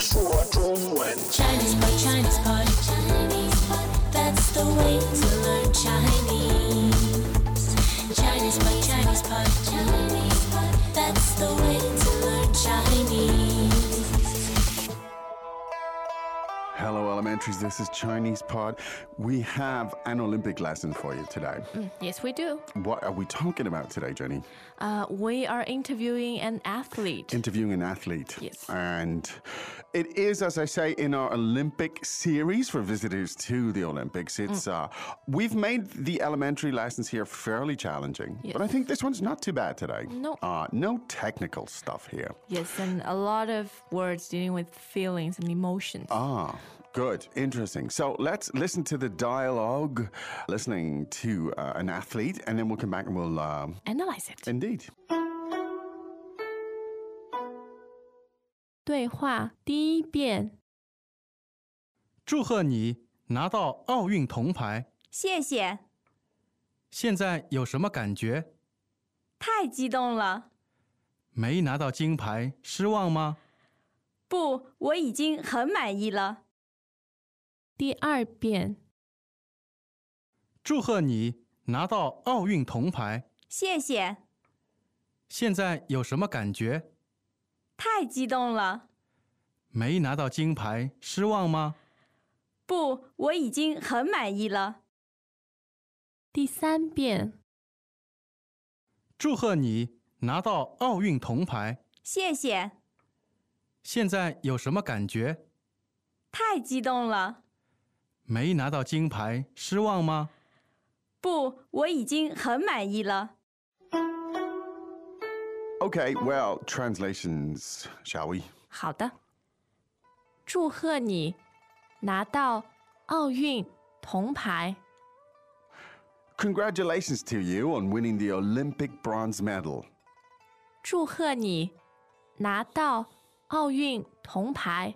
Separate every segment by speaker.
Speaker 1: 说中文。
Speaker 2: Chinese pot, Chinese pot, Chinese pot. That's the way to learn Chinese. Chinese pot, Chinese pot, Chinese pot. That's the way to learn Chinese.
Speaker 3: Hello, elementaries. This is Chinese Pod. We have an Olympic lesson for you today.
Speaker 4: Yes, we do.
Speaker 3: What are we talking about today, Jenny?
Speaker 4: Uh, we are interviewing an athlete.
Speaker 3: Interviewing an athlete.
Speaker 4: Yes.
Speaker 3: And it is, as I say, in our Olympic series for visitors to the Olympics. It's uh, we've made the elementary lessons here fairly challenging, but I think this one's not too bad today.
Speaker 4: No.
Speaker 3: Uh, no technical stuff here.
Speaker 4: yes, and a lot of words dealing with feelings and emotions.
Speaker 3: Ah, good. Interesting. So let's listen to the dialogue, listening to uh, an athlete, and then we'll come back and we'll. Um,
Speaker 4: Analyze it.
Speaker 3: indeed.
Speaker 4: 对话第一遍，
Speaker 5: 祝贺你拿到奥运铜牌！
Speaker 6: 谢谢，
Speaker 5: 现在有什么感觉？
Speaker 6: 太激动了！
Speaker 5: 没拿到金牌，失望吗？
Speaker 6: 不，我已经很满意了。
Speaker 4: 第二遍，
Speaker 5: 祝贺你拿到奥运铜牌！
Speaker 6: 谢谢，
Speaker 5: 现在有什么感觉？
Speaker 6: 太激动了！
Speaker 5: 没拿到金牌，失望吗？
Speaker 6: 不，我已经很满意了。
Speaker 4: 第三遍，
Speaker 5: 祝贺你拿到奥运铜牌！
Speaker 6: 谢谢，
Speaker 5: 现在有什么感觉？
Speaker 6: 太激动了！
Speaker 5: 没拿到金牌，失望吗？
Speaker 6: 不，我已经很满意了。
Speaker 3: Okay, well, translations, shall we?
Speaker 4: 好的。祝贺你拿到奥运铜牌，
Speaker 3: Congratulations to you on winning the Olympic bronze medal.
Speaker 4: 祝贺你拿到奥运铜牌，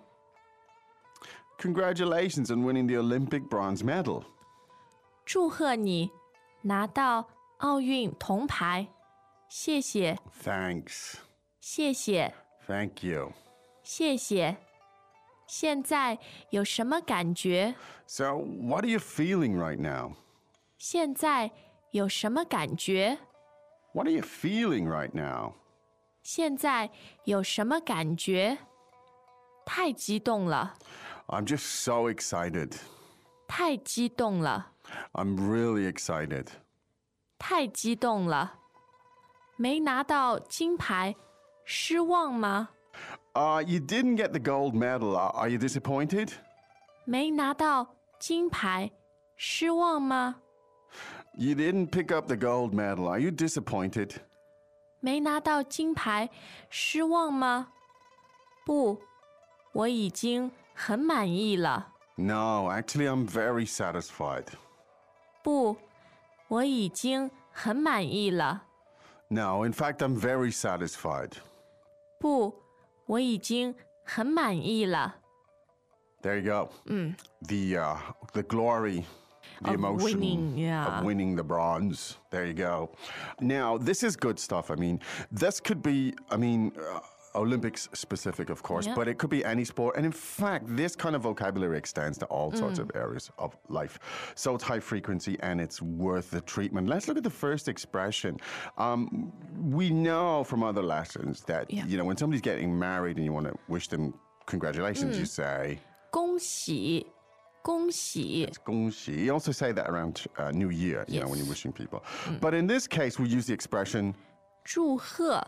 Speaker 3: Congratulations on winning the Olympic bronze medal.
Speaker 4: 祝贺你拿到奥运铜牌。谢谢，
Speaker 3: Thanks.
Speaker 4: 谢谢。
Speaker 3: Thank you.
Speaker 4: 谢谢。现在有什么感觉？
Speaker 3: So, what are you feeling right now?
Speaker 4: 现在有什么感觉？
Speaker 3: What are you feeling right now?
Speaker 4: 现在有什么感觉？太激动了，
Speaker 3: I'm just so excited.
Speaker 4: 太激动了，
Speaker 3: I'm really excited.
Speaker 4: 太激动了！没拿到金牌，失望吗？
Speaker 3: Uh, you didn't get the gold medal. Uh, Are are you disappointed?
Speaker 4: 没拿到金牌，失望吗？
Speaker 3: You didn't pick up the gold medal. Are you disappointed?
Speaker 4: 没拿到金牌，失望吗？不，我已经很满意了。
Speaker 3: No, actually, I'm very satisfied.
Speaker 4: 不，我已经很满意了。
Speaker 3: No, in fact, I'm very satisfied.
Speaker 4: 不，我已经很满意了。
Speaker 3: There you go. The uh, the glory, the
Speaker 4: Mm. Of
Speaker 3: emotion
Speaker 4: winning, yeah.
Speaker 3: of winning the bronze. There you go. Now this is good stuff. I mean, this could be. I mean. Uh, Olympics specific, of course,
Speaker 4: Yeah.
Speaker 3: but it could be any sport. And in fact, this kind of vocabulary extends to all sorts
Speaker 4: Mm.
Speaker 3: of areas of life. So it's high frequency and it's worth the treatment. Let's look at the first expression. Um, we know from other lessons that, you know, when somebody's getting married and you want to wish them congratulations,
Speaker 4: Mm.
Speaker 3: you say,
Speaker 4: 恭喜，恭喜！
Speaker 3: Gongxi. You also say that around uh, New Year, you know, when you're wishing people.
Speaker 4: Mm.
Speaker 3: But in this case, we use the expression
Speaker 4: 祝贺，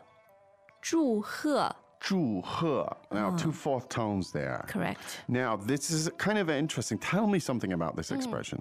Speaker 4: 祝贺
Speaker 3: "祝贺." Now,
Speaker 4: Ah.
Speaker 3: two fourth tones there.
Speaker 4: ，correct。
Speaker 3: Now, this is kind of interesting. Tell me something about this
Speaker 4: Mm.
Speaker 3: expression.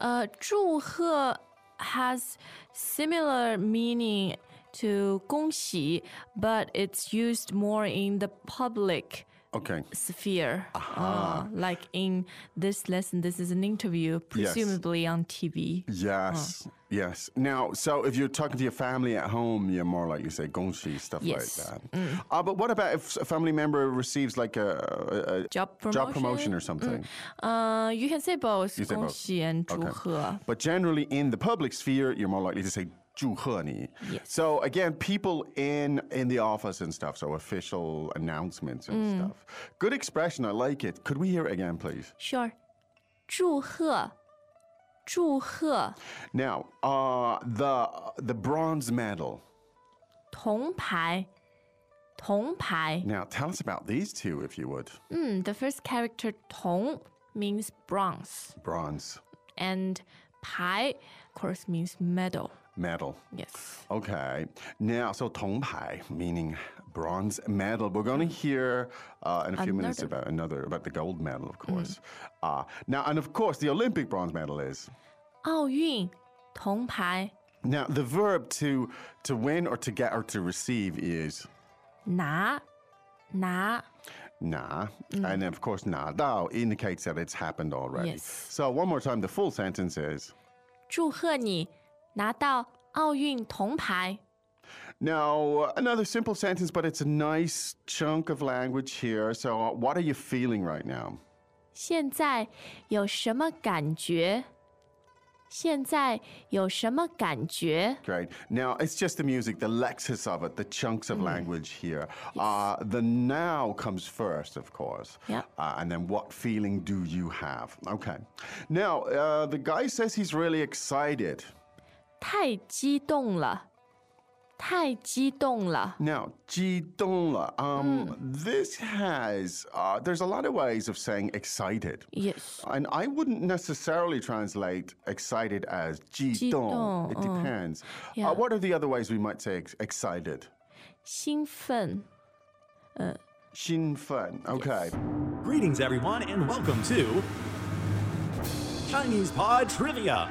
Speaker 4: 呃，祝贺 has similar meaning to 恭喜，but it's used more in the public
Speaker 3: Okay.
Speaker 4: sphere. Uh, like in this lesson, this is an interview, presumably on TV.
Speaker 3: Yes. Yes. Now, so if you're talking to your family at home, you're more likely to say "gongxi" stuff
Speaker 4: Yes. Mm.
Speaker 3: like that. Uh, but what about if a family member receives like a, a, a
Speaker 4: Job promotion. Mm.
Speaker 3: job promotion or something?
Speaker 4: Uh, you can say both.
Speaker 3: You say both.
Speaker 4: 恭喜 and
Speaker 3: Okay.
Speaker 4: 祝贺。
Speaker 3: But generally, in the public sphere, you're more likely to say 祝贺你. So again, people in in the office and stuff, so official announcements and stuff. Good expression, I like it. Could we hear it again, please?
Speaker 4: Sure，祝贺，祝贺，
Speaker 3: Now, uh the the bronze medal.
Speaker 4: 铜牌，铜牌。
Speaker 3: Now tell us about these two if you would.
Speaker 4: Mm, the first character tong means bronze,
Speaker 3: Bronze
Speaker 4: and pai, of course, means medal.
Speaker 3: medal.
Speaker 4: Yes.
Speaker 3: Okay. Now, so Tong Pai, meaning bronze medal. We're going to hear uh, in a few minutes
Speaker 4: Another. Mm.
Speaker 3: about another, about the gold medal, of course. Uh, now, and of course, the Olympic bronze medal is.
Speaker 4: 奥运铜牌
Speaker 3: Now, the verb to to win or to get or to receive is
Speaker 4: 拿拿
Speaker 3: na. And then, of course, na dao indicates that it's happened already.
Speaker 4: Mm. Yes.
Speaker 3: So, one more time, the full sentence is.
Speaker 4: 祝贺你拿到奥运铜牌。
Speaker 3: Now, another simple sentence, but it's a nice chunk of language here. So, uh, what are you feeling right now?
Speaker 4: 现在有什么感觉？现在有什么感觉？
Speaker 3: Great. Now it's just the music, the lexis of it, the chunks
Speaker 4: Hmm.
Speaker 3: of language here. Uh, the now comes first, of course.
Speaker 4: Yeah.
Speaker 3: Uh, and then what feeling do you have? Okay. Now uh, the guy says he's really excited.
Speaker 4: 太激动了，太激动了。
Speaker 3: Now, ji dongla. Um,
Speaker 4: Hmm.
Speaker 3: This has, uh, there's a lot of ways of saying excited.
Speaker 4: Yes.
Speaker 3: And I wouldn't necessarily translate excited as ji dong.
Speaker 4: 激动，
Speaker 3: It
Speaker 4: uh.
Speaker 3: depends.
Speaker 4: Yeah.
Speaker 3: Uh, what are the other ways we might say ex- excited?
Speaker 4: 兴奋。
Speaker 3: Xin fen. Okay.
Speaker 1: Greetings, everyone, and welcome to Chinese Pod Trivia.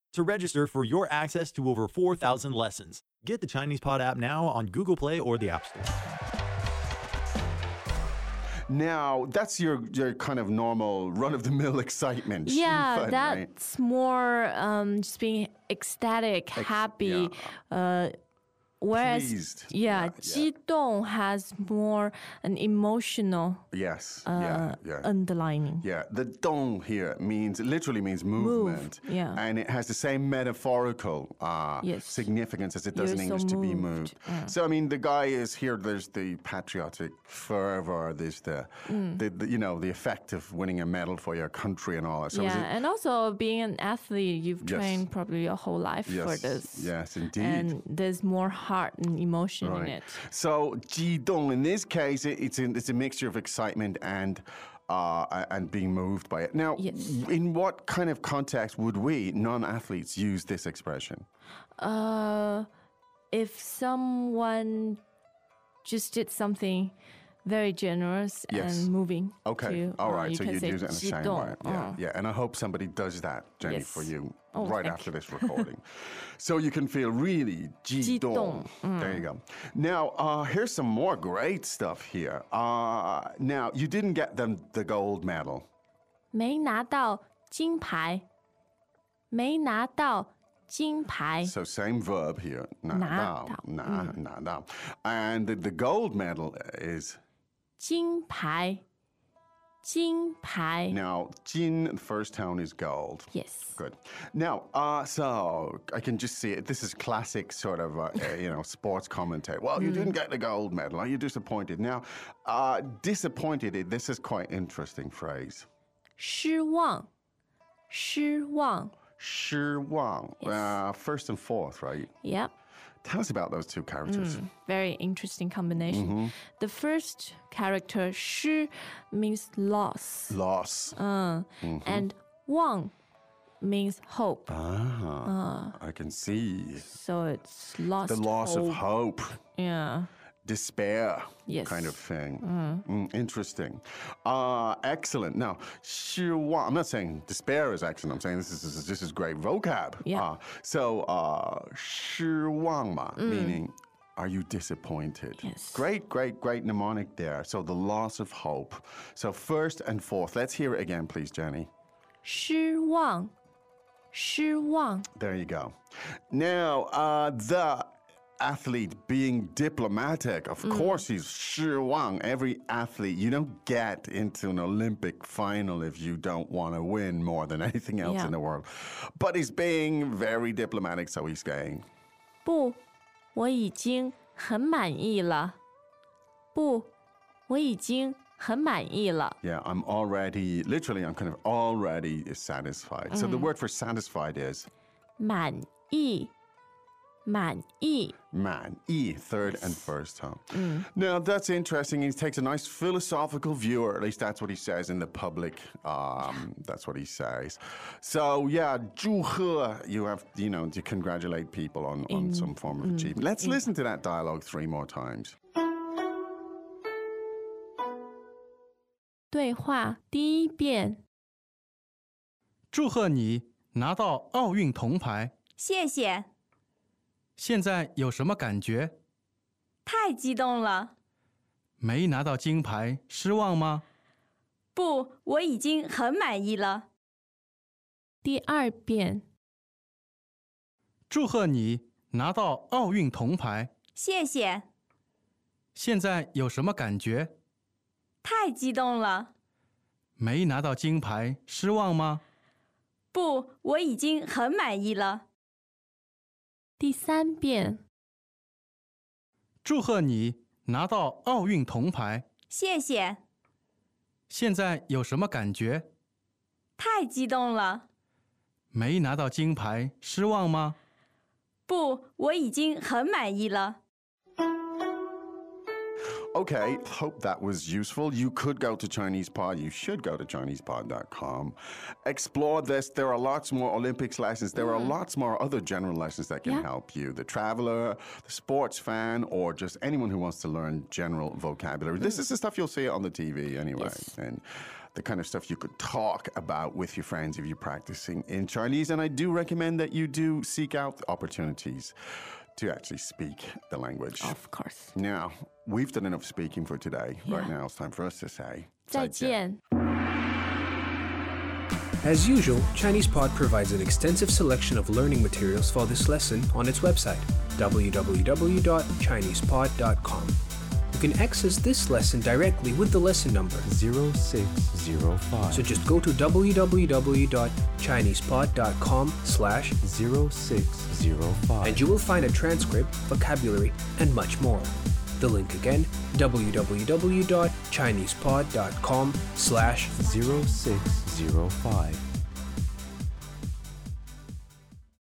Speaker 1: to register for your access to over 4,000 lessons. Get the Chinese Pod app now on Google Play or the App Store.
Speaker 3: Now that's your your kind of normal run of the mill excitement.
Speaker 4: Yeah,
Speaker 3: Fun, right?
Speaker 4: that's more um, just being ecstatic, happy. Uh, whereas,
Speaker 3: Pleased.
Speaker 4: yeah,
Speaker 3: yeah.
Speaker 4: 激动 has more an emotional
Speaker 3: Yes.
Speaker 4: uh,
Speaker 3: yeah. Yeah.
Speaker 4: underlining.
Speaker 3: yeah, the dong here means literally means movement,
Speaker 4: yeah.
Speaker 3: and it has the same metaphorical uh,
Speaker 4: Yes.
Speaker 3: significance as it does
Speaker 4: You're
Speaker 3: in
Speaker 4: so
Speaker 3: English to be moved.
Speaker 4: moved, uh.
Speaker 3: So I mean, the guy is here. There's the patriotic fervor. There's the,
Speaker 4: Mm.
Speaker 3: the, the you know the effect of winning a medal for your country and all that. So is
Speaker 4: yeah,
Speaker 3: it,
Speaker 4: and also being an athlete, you've
Speaker 3: Yes.
Speaker 4: trained probably your whole life for
Speaker 3: yes,
Speaker 4: this.
Speaker 3: yes, indeed.
Speaker 4: And there's more heart and emotion in
Speaker 3: Right.
Speaker 4: it.
Speaker 3: So ji dong in this case, it, it's in, it's a mixture of excitement and uh, a- and being moved by it. Now,
Speaker 4: Yes.
Speaker 3: in what kind of context would we non-athletes use this expression?
Speaker 4: Uh, if someone just did something very generous
Speaker 3: Yes.
Speaker 4: and moving.
Speaker 3: Okay,
Speaker 4: to,
Speaker 3: all
Speaker 4: uh,
Speaker 3: right. so
Speaker 4: can
Speaker 3: you'd
Speaker 4: say
Speaker 3: use it in the same way.
Speaker 4: 激动,
Speaker 3: Yeah,
Speaker 4: uh.
Speaker 3: yeah. And I hope somebody does that, Jenny, for
Speaker 4: Yes.
Speaker 3: you
Speaker 4: Oh,
Speaker 3: right
Speaker 4: thank
Speaker 3: after this recording, so you can feel really ji dong.
Speaker 4: Mm.
Speaker 3: There you go. Now, uh, here's some more great stuff here. Uh, now, you didn't get them the gold medal.
Speaker 4: 没拿到金牌，没拿到金牌，
Speaker 3: So same verb here. Na
Speaker 4: Nadao.
Speaker 3: dao. Mm. Na, na dao. And the, the gold medal is
Speaker 4: 金牌，金牌。
Speaker 3: now Jin first town is gold.
Speaker 4: Yes.
Speaker 3: Good. Now, uh, so I can just see it. This is classic sort of, uh, uh, you know, sports commentary. Well, you didn't get the gold medal. Are you disappointed? Now, uh, disappointed, it- this is quite interesting phrase.
Speaker 4: 失望，失望。
Speaker 3: Shi Wang. Uh, first and fourth, right?
Speaker 4: Yep.
Speaker 3: Tell us about those two characters.
Speaker 4: Very interesting combination.
Speaker 3: Mm-hmm.
Speaker 4: The first character 失 means loss.
Speaker 3: Loss. Mm-hmm.
Speaker 4: and wang means hope.
Speaker 3: ah, I can see.
Speaker 4: So it's lost.
Speaker 3: the loss
Speaker 4: hope.
Speaker 3: of hope,
Speaker 4: Yeah.
Speaker 3: despair,
Speaker 4: Yes. Mm-hmm.
Speaker 3: kind of thing. Mm, interesting. Uh, excellent. Now, 失望 I'm not saying despair is excellent. I'm saying this is this is, Ah, this is great vocab.
Speaker 4: Yeah.
Speaker 3: Uh, so, uh, 失望嘛, ah, meaning Are you disappointed?
Speaker 4: Mm. Yes.
Speaker 3: Great, great, great mnemonic there. So the loss of hope. So first and fourth. Let's hear it again, please, Jenny.
Speaker 4: 失望，失望，
Speaker 3: There you go. Now, uh, the athlete being diplomatic, of course, he's Shi Wang. Every athlete, you don't get into an Olympic final if you don't want to win more than anything else
Speaker 4: Yeah.
Speaker 3: in the world. But he's being very diplomatic, so he's saying,
Speaker 4: 不，我已经很满意了。不，我已经很满意了。
Speaker 3: Yeah, I'm already, literally, I'm kind of already satisfied. So the word for satisfied is
Speaker 4: 满意，满意。
Speaker 3: man, E, third and first tone. Now, that's interesting. He takes a nice philosophical view, or at least that's what he says in the public. Um, that's what he says. So, yeah, 祝贺, you have, you know, to congratulate people on, on some form of achievement. Let's listen to that dialogue three more times.
Speaker 4: 对话第一遍，
Speaker 5: 祝贺你拿到奥运铜牌，
Speaker 6: 谢谢，
Speaker 5: 现在有什么感觉？
Speaker 6: 太激动了。
Speaker 5: 没拿到金牌，失望吗？
Speaker 6: 不，我已经很满意了。
Speaker 4: 第二遍，
Speaker 5: 祝贺你拿到奥运铜牌，
Speaker 6: 谢谢，
Speaker 5: 现在有什么感觉？
Speaker 6: 太激动了。
Speaker 5: 没拿到金牌，失望吗？
Speaker 6: 不，我已经很满意了。
Speaker 4: 第三遍，
Speaker 5: 祝贺你拿到奥运铜牌，
Speaker 6: 谢谢，
Speaker 5: 现在有什么感觉？
Speaker 6: 太激动了。
Speaker 5: 没拿到金牌，失望吗？
Speaker 6: 不，我已经很满意了。
Speaker 3: Okay, hope that was useful. You could go to ChinesePod. You should go to ChinesePod.com. Explore this. There are lots more Olympics lessons. There are lots more other general lessons that can
Speaker 4: Yeah.
Speaker 3: help you. The traveler, the sports fan, or just anyone who wants to learn general vocabulary. This is the stuff you'll see on the TV anyway. And the kind of stuff you could talk about with your friends if you're practicing in Chinese. And I do recommend that you do seek out opportunities to actually speak the language.
Speaker 4: of course，
Speaker 3: Now, we've done enough speaking for today. Right
Speaker 4: Yeah.
Speaker 3: now, it's time for us to say
Speaker 4: 再见。
Speaker 7: As usual, ChinesePod provides an extensive selection of learning materials for this lesson on its website, www.chinesepod.com. You can access this lesson directly with the lesson number,
Speaker 8: 0605
Speaker 7: so just go to www.chinesepod.com slash
Speaker 8: 0605
Speaker 7: and you will find a transcript, vocabulary, and much more. The link again, www.chinesepod.com slash
Speaker 8: 0605